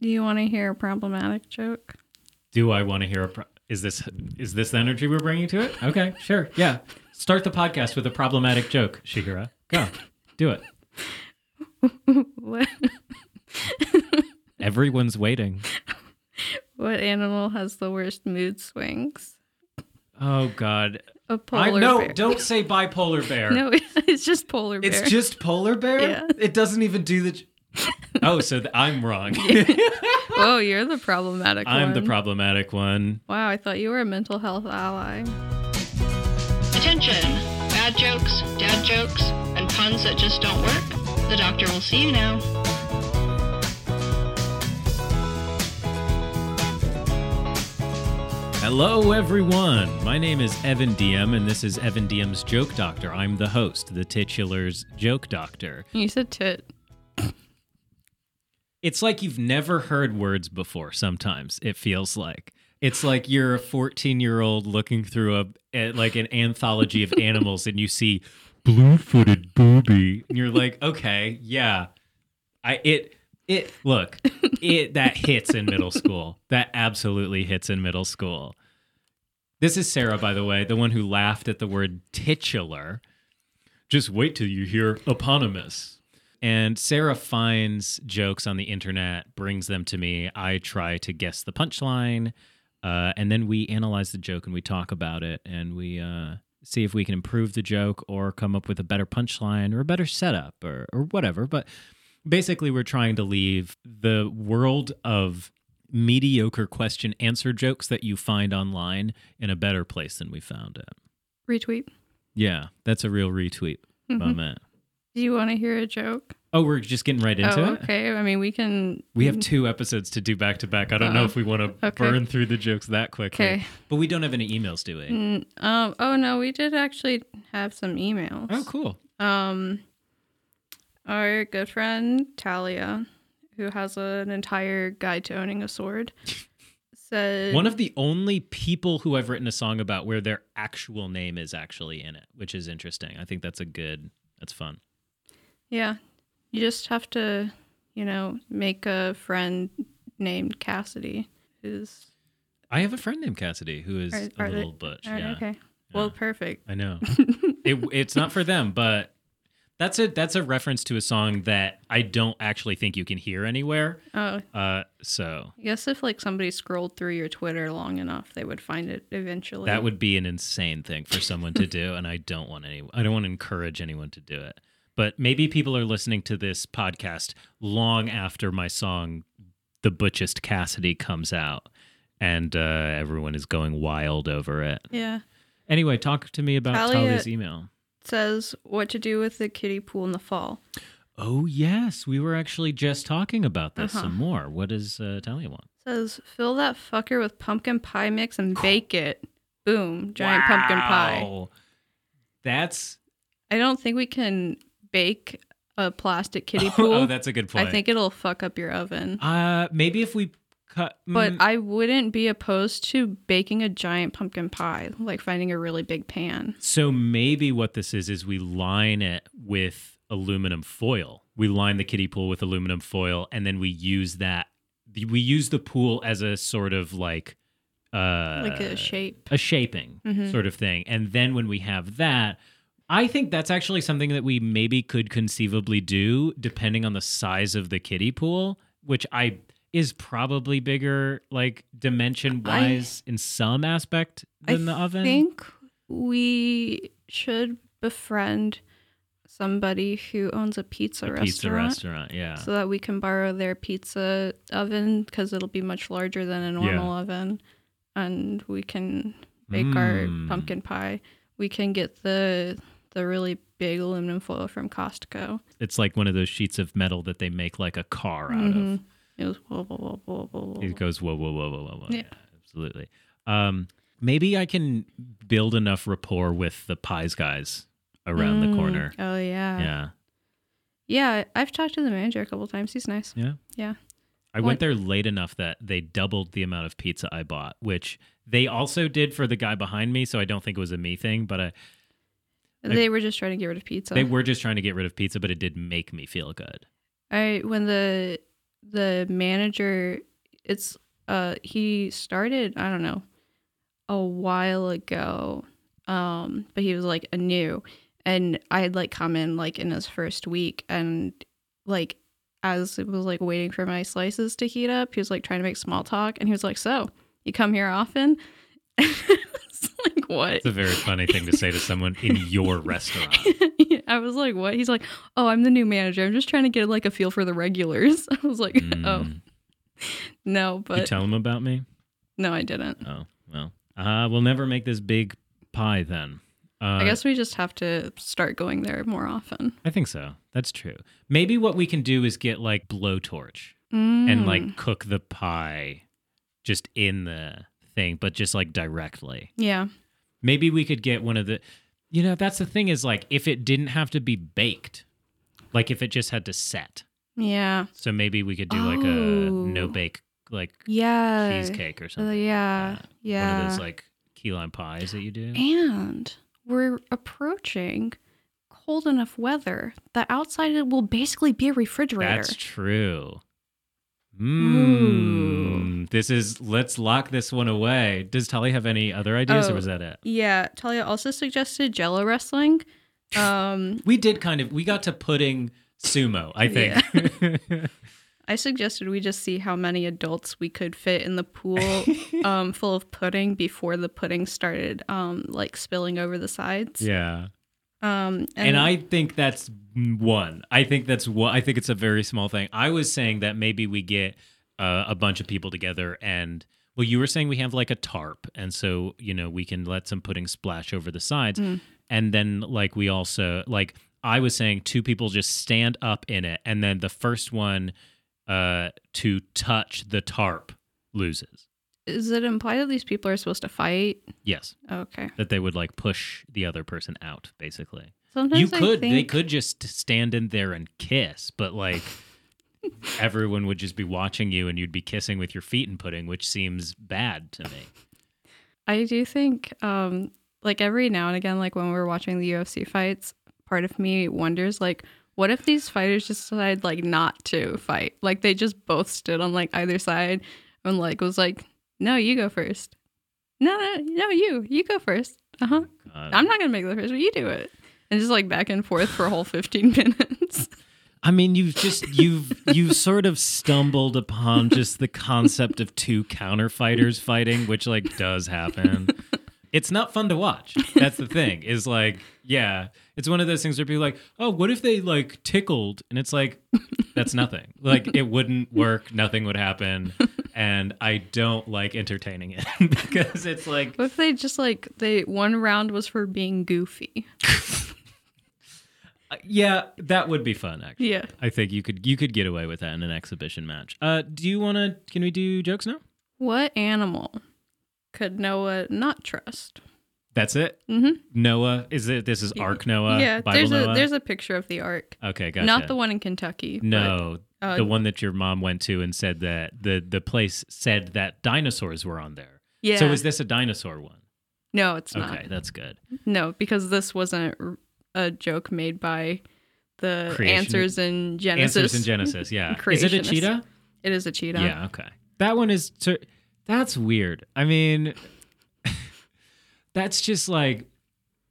Do you want to hear a problematic joke? Do I want to hear a? Pro- is this is this the energy we're bringing to it? Okay, sure, yeah. Start the podcast with a problematic joke, Shihira. Go, do it. What Everyone's waiting. what animal has the worst mood swings? Oh God, A I polar no, bear. don't say bipolar bear. No, it's just polar bear. It's just polar bear. Yeah. It doesn't even do the. Oh, so th- I'm wrong. Whoa, Oh, you're the problematic one. I'm the problematic one. Wow, I thought you were a mental health ally. Attention! Bad jokes, dad jokes, and puns that just don't work? The doctor will see you now. Hello, everyone. My name is Evan Diem, and this is Evan Diem's Joke Doctor. I'm the host, the titular's Joke Doctor. You said tit. It's like you've never heard words before, sometimes it feels like. It's like you're a 14 year old looking through a, a- like an anthology of animals and you see blue footed booby. And you're like, okay, yeah. I it it look, it that hits in middle school. That absolutely hits in middle school. This is Sarah, by the way, the one who laughed at the word titular. Just wait till you hear eponymous. And Sarah finds jokes on the internet, brings them to me. I try to guess the punchline, uh, and then we analyze the joke and we talk about it and we uh, see if we can improve the joke or come up with a better punchline or a better setup or, or whatever. But basically, we're trying to leave the world of mediocre question answer jokes that you find online in a better place than we found it. Retweet. Yeah, that's a real retweet Mhm. moment. Do you want to hear a joke? Oh, we're just getting right into oh, it. okay. I mean, we can. We have two episodes to do back to back. I don't know Uh, if we want to Mm-hmm. okay. burn through the jokes that quickly. Okay. But we don't have any emails, do we? Mm, um, oh no, we did actually have some emails. Oh, cool. Um, our good friend Talia, who has an entire guide to owning a sword, said One of the only people who I've written a song about where their actual name is actually in it, which is interesting. I think that's a good, that's fun. Yeah. You just have to, you know, make a friend named Cassidy who's I have a friend named Cassidy who is Are- a are they- little butch. Alright, yeah. okay. Well, perfect. I know. it, it's not for them, but that's a that's a reference to a song that I don't actually think you can hear anywhere. Oh, Uh, so I guess if like somebody scrolled through your Twitter long enough, they would find it eventually. That would be an insane thing for someone to do, and I don't want any. I don't want to encourage anyone to do it. But maybe people are listening to this podcast long after my song "The Butchest Cassidy" comes out, and uh, everyone is going wild over it. Yeah. Anyway, talk to me about Talia- Talia's email. It says what to do with the kiddie pool in the fall. Oh yes, we were actually just talking about this Uh-huh. some more. What does uh, Talia want? It says fill that fucker with pumpkin pie mix and bake it. Boom, giant pumpkin pie. Wow. That's I don't think we can bake a plastic kiddie pool. oh, that's a good point. I think it'll fuck up your oven. uh, maybe if we cut, But mm, I wouldn't be opposed to baking a giant pumpkin pie, like finding a really big pan. So maybe what this is is we line it with aluminum foil. We line the kiddie pool with aluminum foil, and then we use that. We use the pool as a sort of like, uh, Like a shape. a shaping Mhm. sort of thing. And then when we have that, I think that's actually something that we maybe could conceivably do depending on the size of the kiddie pool, which I is probably bigger, like dimension wise, in some aspect than the I oven. think we should befriend somebody who owns a pizza, a restaurant, pizza restaurant. Yeah. so that we can borrow their pizza oven because it'll be much larger than a normal oven. And we can bake Mm. our pumpkin pie. We can get the the really big aluminum foil from Costco. it's like one of those sheets of metal that they make like a car out Mhm. It was whoa, whoa, whoa, whoa, whoa, of. whoa. It goes whoa, whoa, whoa, whoa, whoa, whoa. Yeah, Yeah. absolutely. Um, maybe I can build enough rapport with the pies guys around the Mm. corner. Oh yeah. yeah. Yeah, I've talked to the manager a couple times. He's nice. yeah, Yeah. I went there late enough that they doubled the amount of pizza I bought, which they also did for the guy behind me. So I don't think it was a me thing, but I, Like- they were just trying to get rid of pizza. they were just trying to get rid of pizza, but it did make me feel good. I when the the manager it's uh he started i don't know a while ago um but he was like a new and i had like come in like in his first week and like as it was like waiting for my slices to heat up he was like trying to make small talk and he was like so you come here often it's like what It's a very funny thing to say to someone in your restaurant. I was like, what? He's like, oh, I'm the new manager. I'm just trying to get like a feel for the regulars. I was like, oh, Mm. no, you but tell them about me? no, I didn't. Oh, well. Uh, we'll never make this big pie then. Uh, I guess we just have to start going there more often. I think so. That's true. Maybe what we can do is get like blowtorch and Mm. like cook the pie just in the thing, but just like directly. yeah, Maybe we could get one of the, you know, that's the thing is like if it didn't have to be baked, like if it just had to set. yeah, So maybe we could do like a Oh. no bake, like yeah, cheesecake or Uh, somethey. yeah, Uh, yeah. One of those like key lime pies that you do. and we're approaching cold enough weather that outside it will basically be a refrigerator. That's true. Ooh. Mm, this is let's lock this one away. Does Tully have any other ideas, Oh. or was that it? yeah, Talia also suggested Jello wrestling. Um, We did kind of. We got to pudding sumo. I think. I suggested we just see how many adults we could fit in the pool um, full of pudding before the pudding started um, like spilling over the sides. yeah. Um, and, And I think that's one. I think that's one. I think it's a very small thing. I was saying that maybe we get uh, a bunch of people together and. Well, you were saying we have like a tarp, and so you know we can let some pudding splash over the sides, and then like we also like I was saying, two people just stand up in it, and then the first one uh, to touch the tarp loses. is it implied that these people are supposed to fight? Yes, Okay. that they would like push the other person out, basically. Sometimes you could I think they could just stand in there and kiss but like everyone would just be watching you and you'd be kissing with your feet and pudding which seems bad to me I do think um, like every now and again, like when we're watching the UFC fights, part of me wonders like. What if these fighters just decided like not to fight? Like they just both stood on like either side and like was like, "No, you go first. No, no, no, you, you go first. Uh huh. Uh, I'm not gonna make the first, but you do it. And just like back and forth for a whole 15 minutes. i mean you've just you've you've sort of stumbled upon just the concept of two counter fighters fighting which like does happen it's not fun to watch that's the thing is like yeah it's one of those things where people are like oh what if they like tickled and it's like that's nothing like it wouldn't work nothing would happen and i don't like entertaining it because it's like what if they just like they one round was for being goofy? uh, yeah that would be fun actually Yeah. i think you could you could get away with that in an exhibition match uh do you want to can we do jokes now What animal could Noah not trust? that's it Mhm. noah is it this is ark noah yeah, bible there's noah a there's a picture of the ark. okay gotcha Not the one in Kentucky. but, no uh, the one that your mom went to and said that the the place said that dinosaurs were on there. yeah. So is this a dinosaur one? no, it's not. Okay, that's good. No, because this wasn't r- a joke made by the Creation- answers in Genesis. Answers in Genesis, yeah. is it a Creationist. cheetah? it is a cheetah. Yeah, okay. That one is ter- that's weird. I mean that's just like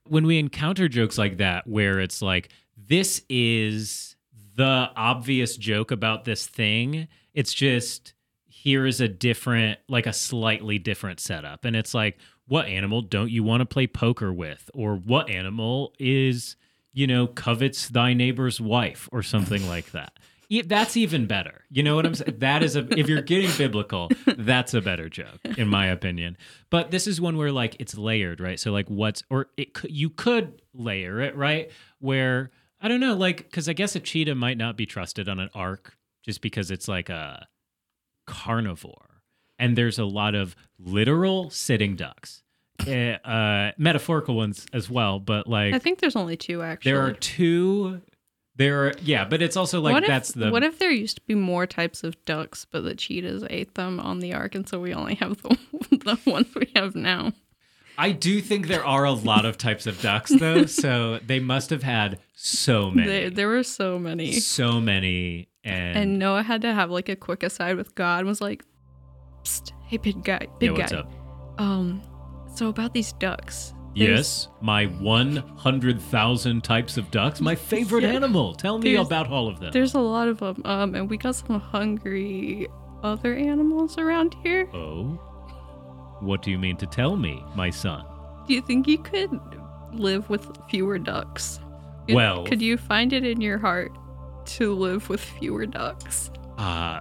when we encounter jokes like that where it's like this is the obvious joke about this thing. It's just here is a different like a slightly different setup and it's like what animal don't you want to play poker with or what animal is you know covets thy neighbor's wife or something like that E- that's even better you know what i'm saying that is a if you're getting biblical that's a better joke in my opinion but this is one where like it's layered right so like what's or it could you could layer it right where i don't know like because i guess a cheetah might not be trusted on an arc just because it's like a carnivore. And there's a lot of literal sitting ducks, uh, uh, metaphorical ones as well. But like, I think there's only two actually. there are two. There are yeah, but it's also like what if, that's the what if there used to be more types of ducks, but the cheetahs ate them on the ark, and so we only have the, the ones we have now. I do think there are a lot of types of ducks, though, so they must have had so many, There, there were so many. so many, and, And Noah had to have like a quick aside with God and was like, Psst, hey big guy, yeah, big what's guy. up? Um, so about these ducks. Yes, my one hundred thousand types of ducks, my favorite Yeah. animal. Tell me There's- about all of them. There's a lot of them. Um, and we got some hungry other animals around here. Oh, what do you mean to tell me, my son? Do you think you could live with fewer ducks? Could- Well- could you find it in your heart to live with fewer ducks? Uh,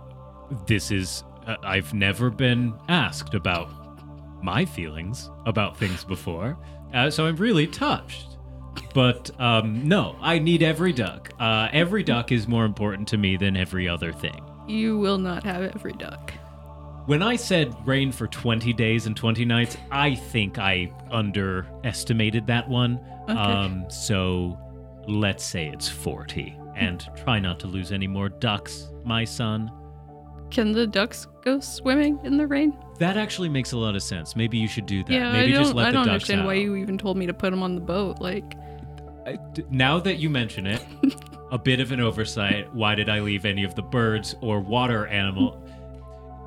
this is. Uh, I've never been asked about my feelings about things before, uh, so I'm really touched. But um, no, I need every duck. Uh, every duck is more important to me than every other thing. You will not have every duck. When I said rain for 20 days and 20 nights, I think I underestimated that one. Okay. Um, so let's say it's 40. And try not to lose any more ducks, my son. Can the ducks go swimming in the rain? That actually makes a lot of sense. Maybe you should do that. yeah, Maybe I don't. just let I the don't ducks understand out. why you even told me to put them on the boat. Like, I- d- Now that you mention it, a bit of an oversight. Why did I leave any of the birds or water animal?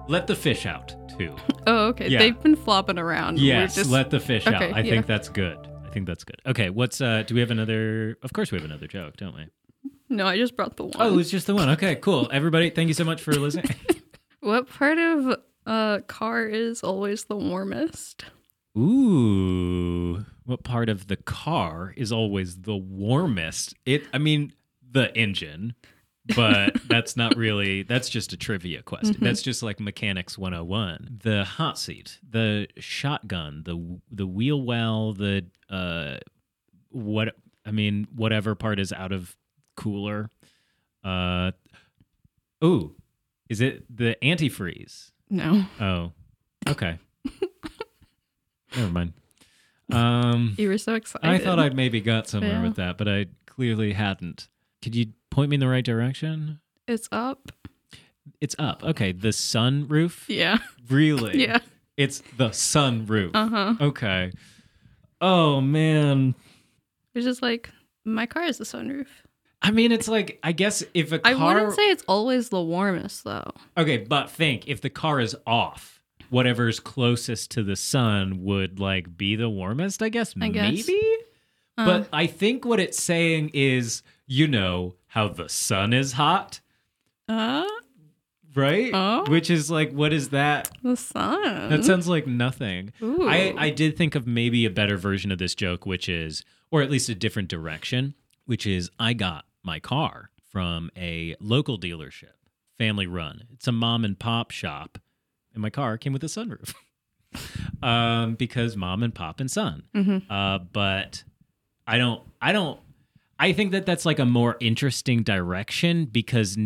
Let the fish out too. oh, okay, Yeah. they've been flopping around. We're Yes, just- let the fish out. okay, I yeah. think that's good. I think that's good. Okay, what's uh do we have another Of course we have another joke, don't we? no, I just brought the one. Oh, it's just the one. Okay, cool. Everybody, thank you so much for listening. what part of uh, car is always the warmest? Ooh. What part of the car is always the warmest? It I mean the engine. But that's not really that's just a trivia question. That's just like mechanics 101. The hot seat, the shotgun, the the wheel well, the uh what I mean, whatever part is out of cooler. Uh Ooh. Is it the antifreeze? No, Oh, okay. Never mind. Um, you were so excited. I thought I'd maybe got somewhere Yeah. with that, but I clearly hadn't. Could you point me in the right direction? it's up. It's up. Okay, the sunroof. Yeah, Really? yeah, It's the sunroof. uh huh. Okay. Oh man. It's just like my car is the sunroof. I mean, it's like I guess if a I car. wouldn't say it's always the warmest though. Okay, but think if the car is off, whatever's closest to the sun would like be the warmest, I guess. I guess. Uh. Maybe? But I think what it's saying is, you know, how the sun is hot, Uh, right? Oh. Which is like, what is that? the sun. That sounds like nothing. Ooh. I, I did think of maybe a better version of this joke, which is, or at least a different direction, which is I got my car from a local dealership, family run. It's a mom and pop shop, and my car came with a sunroof um, because mom and pop and son. Mhm. Uh, but I don't, I don't, I think that that's like a more interesting direction because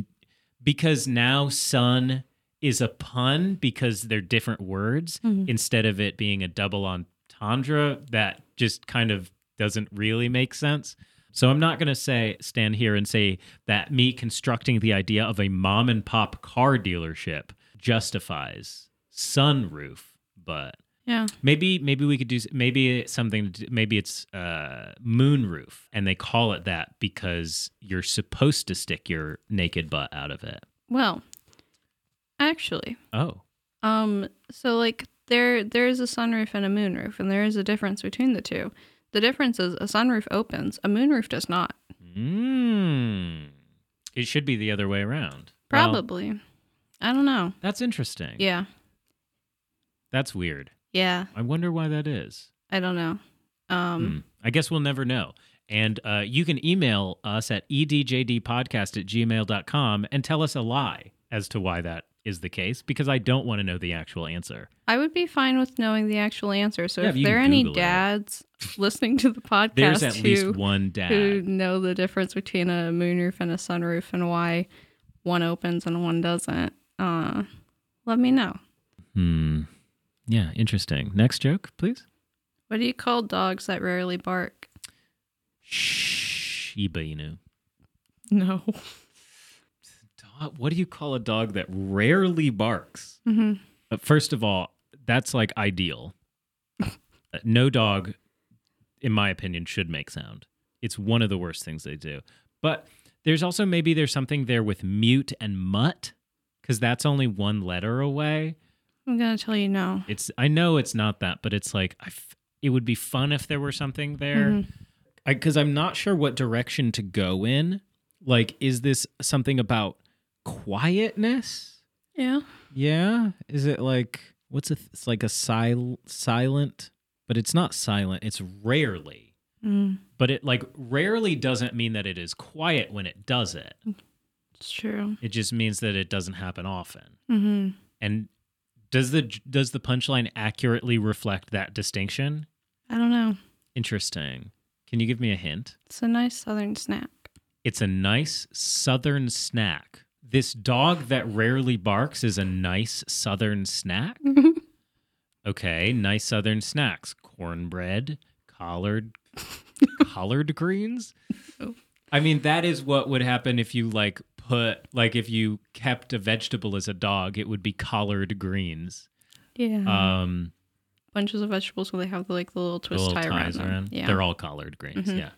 because now son is a pun because they're different words Mhm. instead of it being a double entendre that just kind of doesn't really make sense. So I'm not going to say stand here and say that me constructing the idea of a mom and pop car dealership justifies sunroof, but yeah. Maybe maybe we could do s- maybe it's something to do- maybe it's uh moonroof and they call it that because you're supposed to stick your naked butt out of it. Well, actually, Oh. um, so like there there is a sunroof and a moonroof, and there is a difference between the two. The difference is a sunroof opens, a moonroof does not. Mm. It should be the other way around. Well, Probably, I don't know. that's interesting. Yeah, That's weird. yeah, I wonder why that is. I don't know. Um, Hmm. I guess we'll never know. And uh, you can email us at edjdpodcast at gmail.com and tell us a lie as to why that is the case because I don't want to know the actual answer. I would be fine with knowing the actual answer. So Yeah, if if you there are any Google it. dads listening to the podcast There's at who least one dad. who know the difference between a moonroof and a sunroof and why one opens and one doesn't, uh, let me know. Hmm. Yeah, interesting. Next joke, please. What do you call dogs that rarely bark? Shiba Inu. No. Dog, what do you call a dog that rarely barks? hmm But first of all, that's like ideal. Uh, no dog, in my opinion, should make sound. It's one of the worst things they do. But there's also maybe there's something there with mute and mutt because that's only one letter away. I'm gonna tell you no. It's I know it's not that, but it's like I f- it would be fun if there were something there because I'm not sure what direction to go in. Like, is this something about quietness? Yeah. Yeah. Is it like what's a th- it's like a sil- silent, but it's not silent. It's rarely, Mm, but it like rarely doesn't mean that it is quiet when it does it. it's true. It just means that it doesn't happen often. hmm And does the does the punchline accurately reflect that distinction? I don't know. Interesting. Can you give me a hint? It's a nice southern snack. It's a nice southern snack. This dog that rarely barks is a nice southern snack. Okay, nice southern snacks: cornbread, collard, collard greens. Oh. I mean, that is what would happen if you like put like if you kept a vegetable as a dog, it would be collard greens. yeah. Um, Bunches of vegetables where they have the, like the little the twist little tie around ties them. around. Yeah. They're all collard greens. Mhm. Yeah.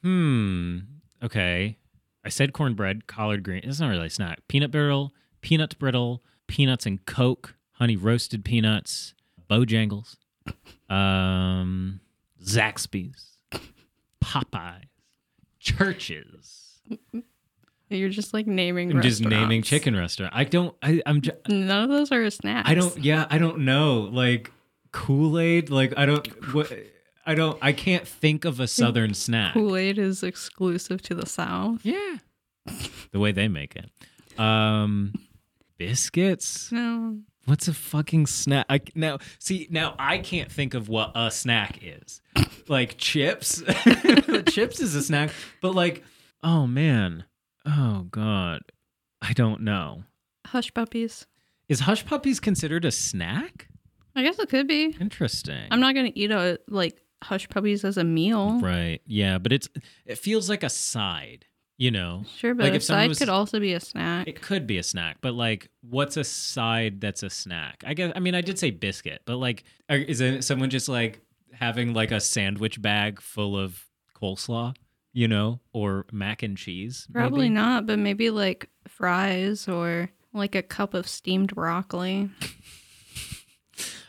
Hmm. Okay. I said cornbread, collard green. It's not really a snack. Peanut brittle, peanut brittle, peanuts and coke, honey roasted peanuts, Bojangles, um, Zaxby's, Popeyes, churches. You're just like naming. I'm just naming restaurants. chicken restaurant. I don't. I, I'm. Just, None of those are snacks. I don't. Yeah, I don't know. Like Kool Aid. Like I don't. What. I don't. I can't think of a southern snack. Kool Aid is exclusive to the South. Yeah. the way they make it. Um biscuits. No. What's a fucking snack? I, now, see, now I can't think of what a snack is. Like chips. chips is a snack, but like oh man. Oh god. I don't know. Hush puppies. Is hush puppies considered a snack? I guess it could be. Interesting. I'm not gonna eat a like hush puppies as a meal. right. Yeah, but it's it feels like a side, you know. Sure, but Like, a if someone side was- could also be a snack. It could be a snack, but like, what's a side that's a snack? I guess. I mean, I did say biscuit, but like, are- is it someone just like having like a sandwich bag full of coleslaw, you know, or mac and cheese? Probably maybe? not, but maybe like fries or like a cup of steamed broccoli.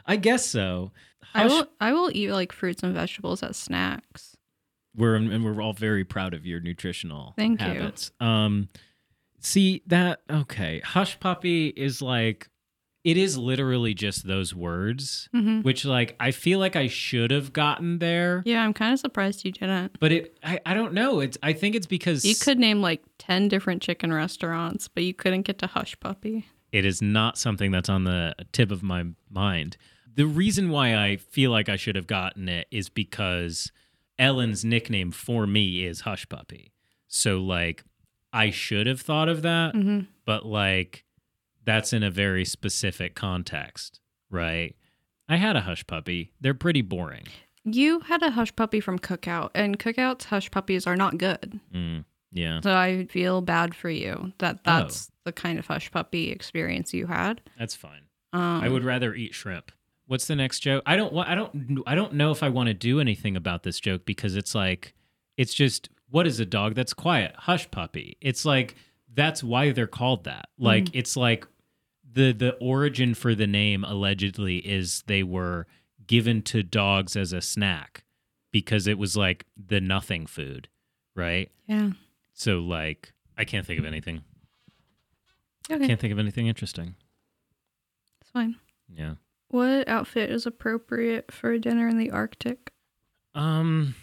I guess so. I Hush- will I will eat like fruits and vegetables as snacks. we're and we're all very proud of your nutritional Thank you. habits. Um, see that okay? Hush puppy is like, it is literally just those words, Mhm. which like I feel like I should have gotten there. Yeah, I'm kind of surprised you didn't. But it, I, I don't know. It's, I think it's because You could name like 10 different chicken restaurants, but you couldn't get to Hush Puppy. It is not something that's on the tip of my mind. The reason why I feel like I should have gotten it is because Ellen's nickname for me is Hush Puppy. So like, I should have thought of that, Mhm. but like, that's in a very specific context, right? I had a hush puppy. They're pretty boring. You had a Hush Puppy from Cookout, and Cookout's Hush Puppies are not good. Mm, yeah, So I feel bad for you Oh. that that's the kind of Hush Puppy experience you had. that's fine. Um, I would rather eat shrimp. What's the next joke? I don't want. I don't. I don't know if I want to do anything about this joke because it's like, it's just what is a dog that's quiet? Hush puppy. It's like that's why they're called that. Mm. Like it's like the the origin for the name allegedly is they were given to dogs as a snack because it was like the nothing food, right? Yeah. So like I can't think of anything. Okay. Can't think of anything interesting. It's fine. Yeah. What outfit is appropriate for dinner in the Arctic? Um,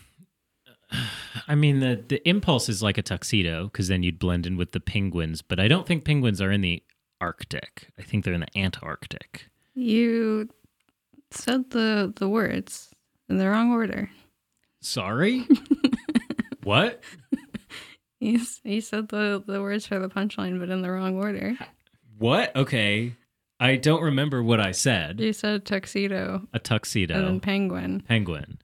I mean the the impulse is like a tuxedo because then you'd blend in with the penguins, but I don't think penguins are in the Arctic. I think they're in the Antarctic. You said the the words in the wrong order. Sorry. what? You, s- you said the, the words for the punchline, but in the wrong order. What? Okay. I don't remember what I said. You said tuxedo A and then tuxedo. penguin. Penguin.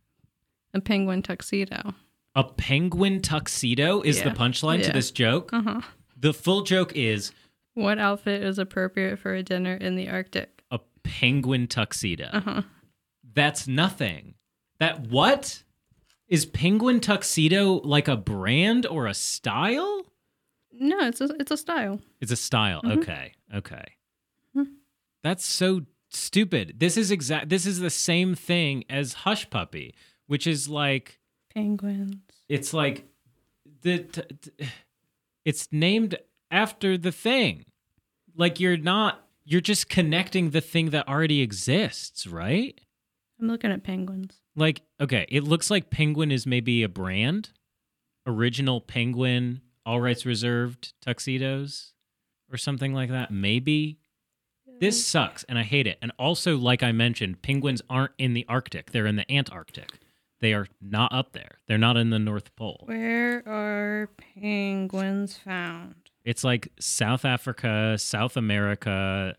A penguin tuxedo. A penguin tuxedo is the Yeah. punchline to Yeah. this joke. Uh huh. The full joke is What outfit is appropriate for a dinner in the Arctic? a penguin tuxedo. Uh huh. That's nothing. That what? Is penguin tuxedo like a brand or a style? No, it's a, it's a style. It's a style. Mhm. Okay. Okay. Mhm. That's so stupid. This is exact this is the same thing as Hush Puppy, which is like Penguins. it's like the t- t- it's named after the thing. Like you're not you're just connecting the thing that already exists, right? I'm looking at penguins. Like, okay, it looks like Penguin is maybe a brand. Original Penguin, all rights reserved tuxedos or something like that. Maybe. This sucks and I hate it. And also, like I mentioned, penguins aren't in the Arctic, they're in the Antarctic. They are not up there, they're not in the North Pole. Where are penguins found? It's like South Africa, South America,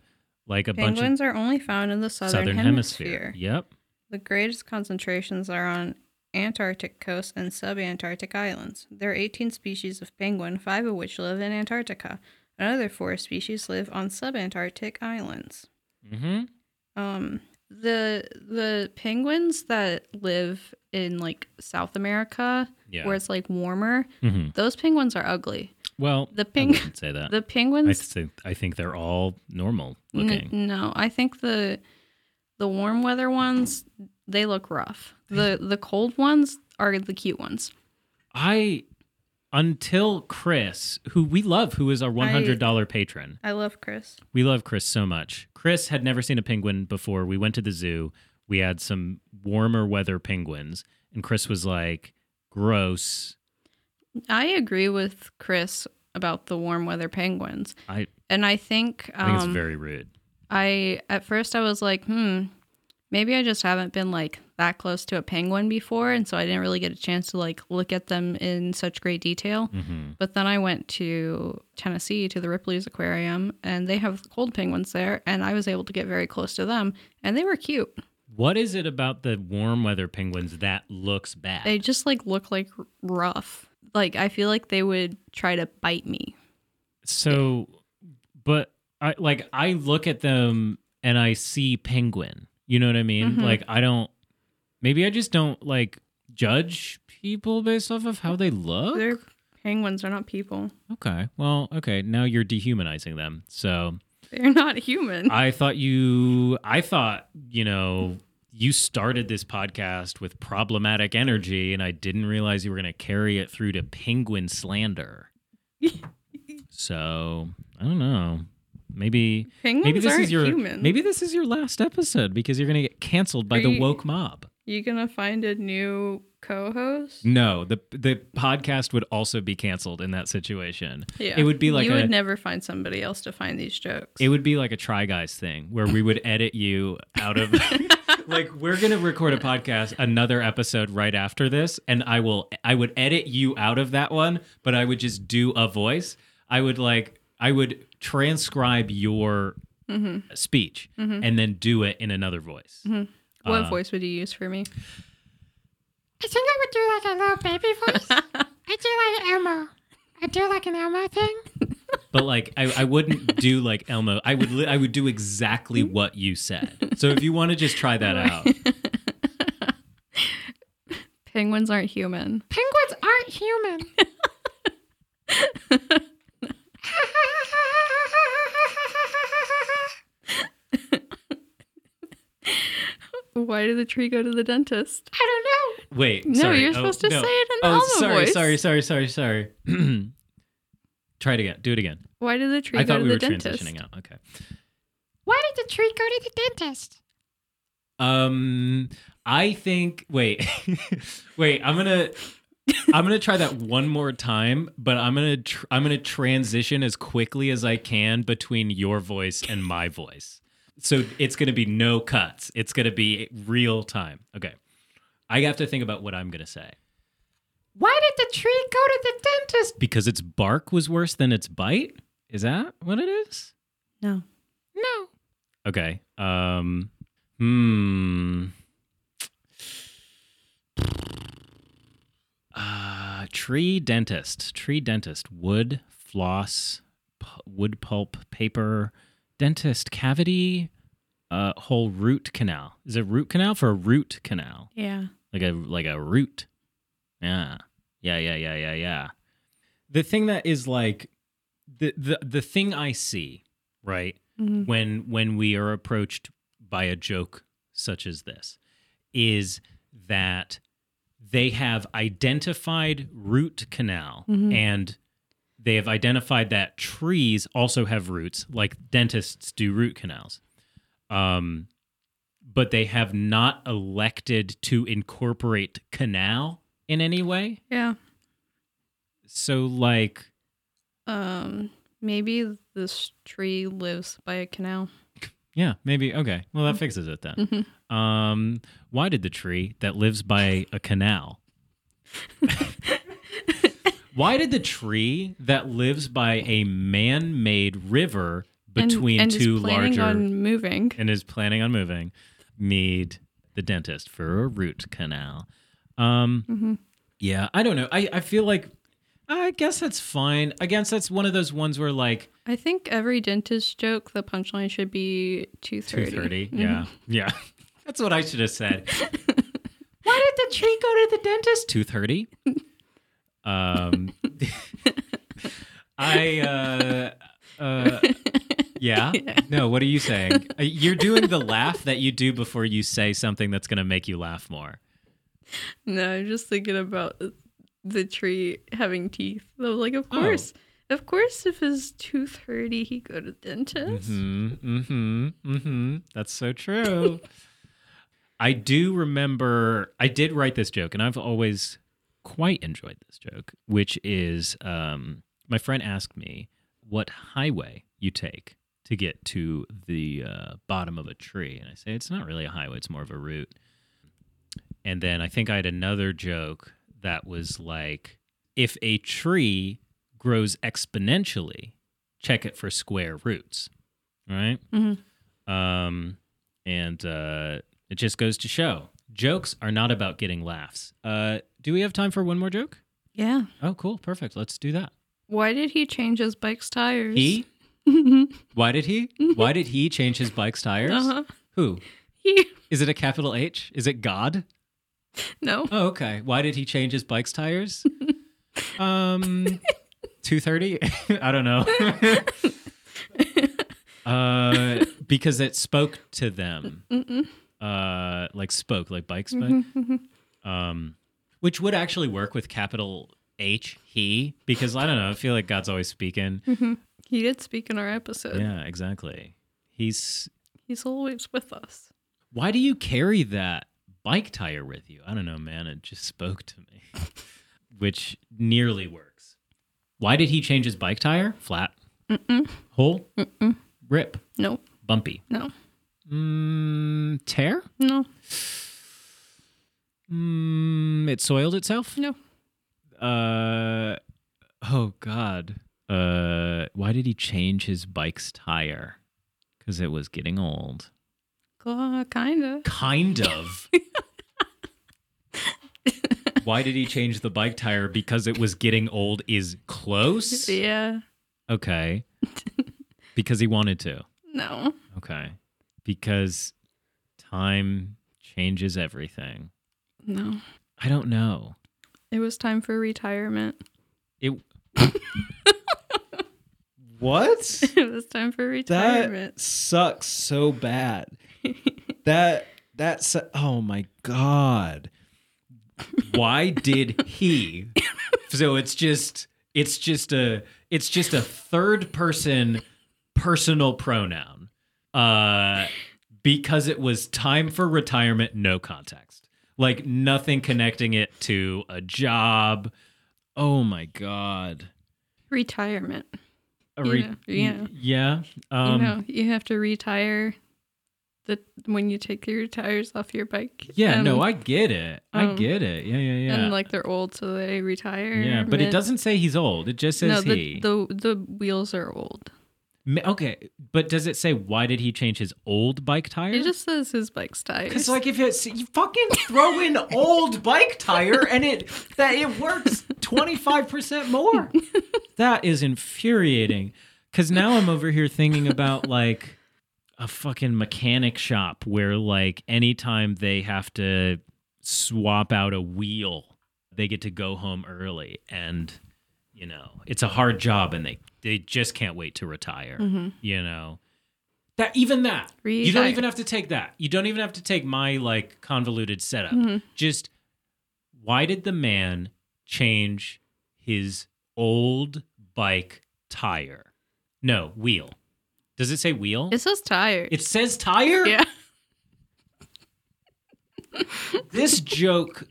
like a bunch Penguins are only found in the of southern, Southern hemisphere. Hemisphere. Yep. The greatest concentrations are on Antarctic coasts and subantarctic islands. There are 18 species of penguin, five of which live in Antarctica. Another four species live on subantarctic islands. hmm. Um, the the penguins that live in like South America, Yeah. where it's like warmer, hmm those penguins are ugly. Well, The I ping- wouldn't say that. The I penguins think I think they're all normal N- looking. no, I think the the warm weather ones they look rough. The the cold ones are the cute ones. I until Chris, who we love, who is our one hundred dollar patron. I love Chris. We love Chris so much. Chris had never seen a penguin before. We went to the zoo. We had some warmer weather penguins, and Chris was like, "Gross." I agree with Chris about the warm weather penguins, I, and I think I think um, I, it's very rude. at first I was like, hmm, maybe I just haven't been like that close to a penguin before, and so I didn't really get a chance to like look at them in such great detail. hmm But then I went to Tennessee to the Ripley's Aquarium, and they have cold penguins there, and I was able to get very close to them, and they were cute. What is it about the warm weather penguins that looks bad? They just like look like r- rough. Like I feel like they would try to bite me. So, but I like I look at them and I see penguin. You know what I mean? Mhm. Like I don't. Maybe I just don't like judge people based off of how they look. They're penguins, they're not people. okay. Well, okay. Now you're dehumanizing them. So They're not human. I thought you. I thought you know. You started this podcast with problematic energy, and I didn't realize you were going to carry it through to penguin slander. so I don't know. Maybe penguins maybe this aren't is your human. maybe this is your last episode because you're gonna get canceled by Are the you- woke mob. you gonna find a new co-host. No, the the podcast would also be canceled in that situation. Yeah, It would be like you a would never find somebody else to find these jokes. it would be like a try guys thing where we would edit you out of like we're gonna record a podcast another episode right after this and I will I would edit you out of that one but I would just do a voice I would like I would transcribe your Mm-hmm. speech and then do it in another voice uh, what voice would you use for me? I think I would do like a little baby voice. I do like Elmo. I do like an Elmo thing. but like I, I wouldn't do like Elmo. I would li- I would do exactly Mm-hmm. what you said. So if you want to just try that out, Penguins aren't human. Penguins aren't human. Why did the tree go to the dentist? I don't know. wait. No, sorry. you're Oh, supposed to no. say it in oh, Elmo sorry, voice. sorry, sorry, sorry, sorry. try it again. Do it again. Why did the tree I go thought to we the were dentist? transitioning out. Okay. Why did the tree go to the dentist? Um, I think. Wait, wait. I'm gonna. I'm gonna try that one more time, but I'm gonna tr- I'm gonna transition as quickly as I can between your voice and my voice. So it's gonna be no cuts. It's gonna be real time. Okay, I have to think about what I'm gonna say Why did the tree go to the dentist? because its bark was worse than its bite. Is that what it is? No. No. Okay. Um. Hmm. Uh, tree dentist. Tree dentist. Wood floss. P- wood pulp. Paper. Dentist cavity. Uh, whole root canal. Is it root canal for a root canal? Yeah. like a like a root. Yeah, yeah, yeah, yeah, yeah, yeah. The thing that is like the the the thing I see right Mhm. when when we are approached by a joke such as this is that they have identified root canal Mhm. and they have identified that trees also have roots like dentists do root canals um but they have not elected to incorporate canal in any way Yeah. so like Um. Maybe this tree lives by a canal. Yeah, maybe. Okay. Well, that fixes it then. Mm-hmm. um, why did the tree that lives by a canal? why did the tree that lives by a man-made river And- between and, two is planning larger on moving. and is planning on moving need the dentist for a root canal? Um, Mhm. Yeah, I don't know. I, I feel like I guess that's fine. I guess that's one of those ones where like I think every dentist joke, the punchline should be two Two thirty. thirty. Mm-hmm. Yeah, yeah. That's what I should have said. Why did the tree go to the dentist? Two thirty. Um, I. Uh, uh, yeah? No. What are you saying? Uh, You're doing the laugh that you do before you say something that's going to make you laugh more. No, I'm just thinking about the tree having teeth. I was like, of Oh. course, of course, if it's two thirty, he go to dentist. Hmm. Hmm. Hmm. That's so true. I do remember. I did write this joke, and I've always quite enjoyed this joke, which is um, my friend asked me what highway you take to get to the uh, bottom of a tree, and I say it's not really a highway; it's more of a route. And then I think I had another joke that was like, if a tree grows exponentially, check it for square roots, right? Um, and uh, it just goes to show jokes are not about getting laughs. Uh, do we have time for one more joke? Yeah. Oh, cool, perfect. Let's do that. Why did he change his bike's tires? He? Why did he? Why did he change his bike's tires? Uh-huh. Who? He? Is it a capital H? Is it God? No. Oh, okay. Why did he change his bike's tires? um, two thirty. I don't know. uh, because it spoke to them. Uh, like spoke like bike spoke. Um, which would actually work with capital H he because I don't know. I feel like God's always speaking. He did speak in our episode. yeah, exactly. He's. He's always with us. Why do you carry that bike tire with you? I don't know, man. It just spoke to me. which nearly works. Why did he change his bike tire? Flat. Hole? Rip. No. Bumpy. No. Mm, tear? No. Mm, it soiled itself? No. Uh, oh, God. Uh, why did he change his bike's tire? Because it was getting old. Uh, kinda. Kind of. why did he change the bike tire? Because it was getting old is close? Yeah. Okay. because he wanted to. No. Okay. Because time changes everything. No. I don't know. It was time for retirement. It What? it was time for retirement. That sucks so bad. that that su- oh my god. why did he? so it's just it's just a it's just a third person personal pronoun. Uh because it was time for retirement, no context. Like nothing connecting it to a job. Oh my god. retirement. A You re- know, yeah. Yeah. Um you know, you have to retire the when you take your tires off your bike. Yeah, and- no, I get it. I um, get it. Yeah, yeah, yeah. and like they're old, so they retire. yeah, but it doesn't say he's old. It just says No, he. the, the the wheels are old. Ma- Okay, but does it say why did he change his old bike tire? It just says his bike's tires. Cause like if it's you fucking throw in old bike tire and it that it works twenty five percent more. that is infuriating. Cause now I'm over here thinking about like a fucking mechanic shop where like anytime they have to swap out a wheel, they get to go home early. And, you know, it's a hard job and they, they just can't wait to retire, Mm-hmm. you know. That even that you don't Retire. even have to take that. You don't even have to take my like convoluted setup. Just why did the man change his old bike tire? No, wheel. Does it say wheel? It says tired. It says tire? yeah. This joke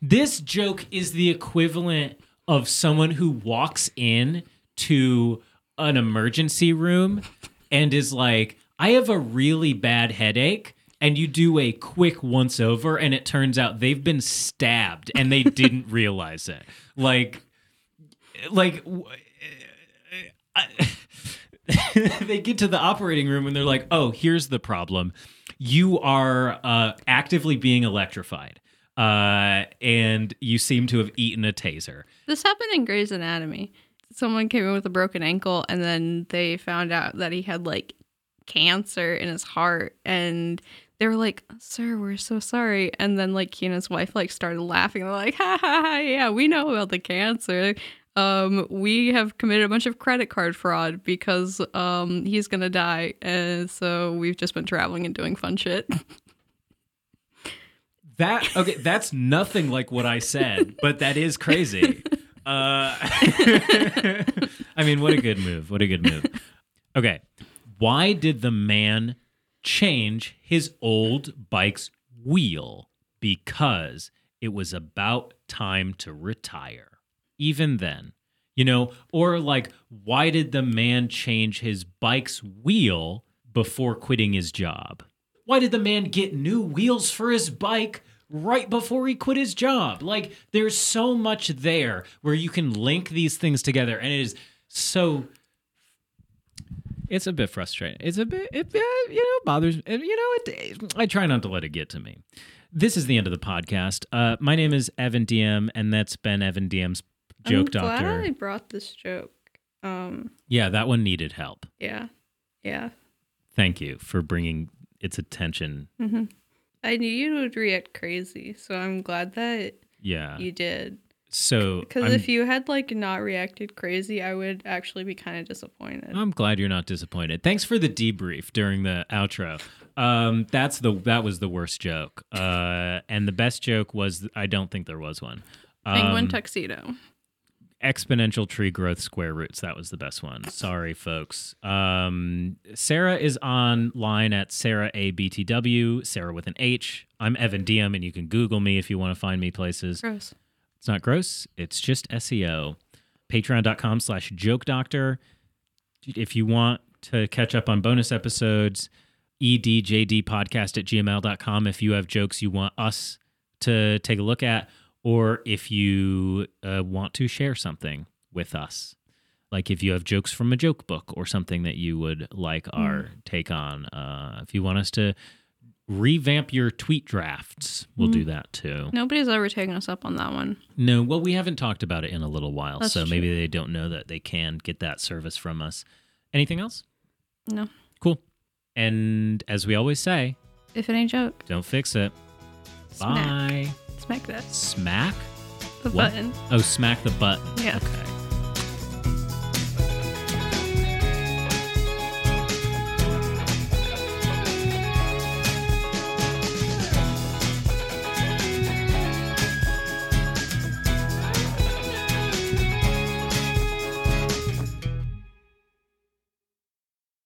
this joke is the equivalent of someone who walks in to an emergency room and is like, "I have a really bad headache." And you do a quick once over, and it turns out they've been stabbed and they didn't realize it. Like, like w- I- they get to the operating room and they're like, "Oh, here's the problem. You are uh, actively being electrified, uh, and you seem to have eaten a taser." This happened in Grey's Anatomy. Someone came in with a broken ankle, and then they found out that he had like cancer in his heart, and they were like, "Sir, we're so sorry." And then like he and his wife like started laughing. They're like, "Ha ha ha! Yeah, we know about the cancer. Um, we have committed a bunch of credit card fraud because um he's gonna die, and so we've just been traveling and doing fun shit." That okay, that's nothing like what I said, but that is crazy. Uh, I mean, what a good move. What a good move. Okay. Why did the man change his old bike's wheel? Because it was about time to retire. Even then, you know, or like, why did the man change his bike's wheel before quitting his job? Why did the man get new wheels for his bike right before he quit his job? Like, there's so much there where you can link these things together, and it is so. It's a bit frustrating. It's a bit, it, uh, you know, bothers. uh, You know, it, I try not to let it get to me. This is the end of the podcast. Uh, my name is Evan DM, and that's been Evan DM's joke I'm doctor. Glad I brought this joke. Um, Yeah, that one needed help. yeah, yeah. Thank you for bringing its attention. I knew you would react crazy, so I'm glad that Yeah. you did. So, Because Ah. I'm- if you had like not reacted crazy, I would actually be kind of disappointed. I'm glad you're not disappointed. Thanks for the debrief during the outro. Um, that's the that was the worst joke. Uh, and the best joke was I don't think there was one. Penguin Um, tuxedo. exponential tree growth square roots. That was the best one. Sorry, folks. Um, Sarah is online at Sarah A B T W. Sarah with an H. I'm Evan Diem, and you can Google me if you want to find me places. Gross. It's not gross. It's just SEO. Patreon.com slash joke doctor. If you want to catch up on bonus episodes, E edjdpodcast at gmail.com. If you have jokes you want us to take a look at, or if you uh, want to share something with us, like if you have jokes from a joke book or something that you would like our take on, uh, if you want us to revamp your tweet drafts, we'll do that too. Nobody's ever taken us up on that one. No, well, we haven't talked about it in a little while, That's so true. maybe they don't know that they can get that service from us. Anything else? No. Cool. And as we always say, If it ain't joke, don't fix it. smack, Bye. smack that Smack the What? button. Oh, smack the button. Yeah. Okay.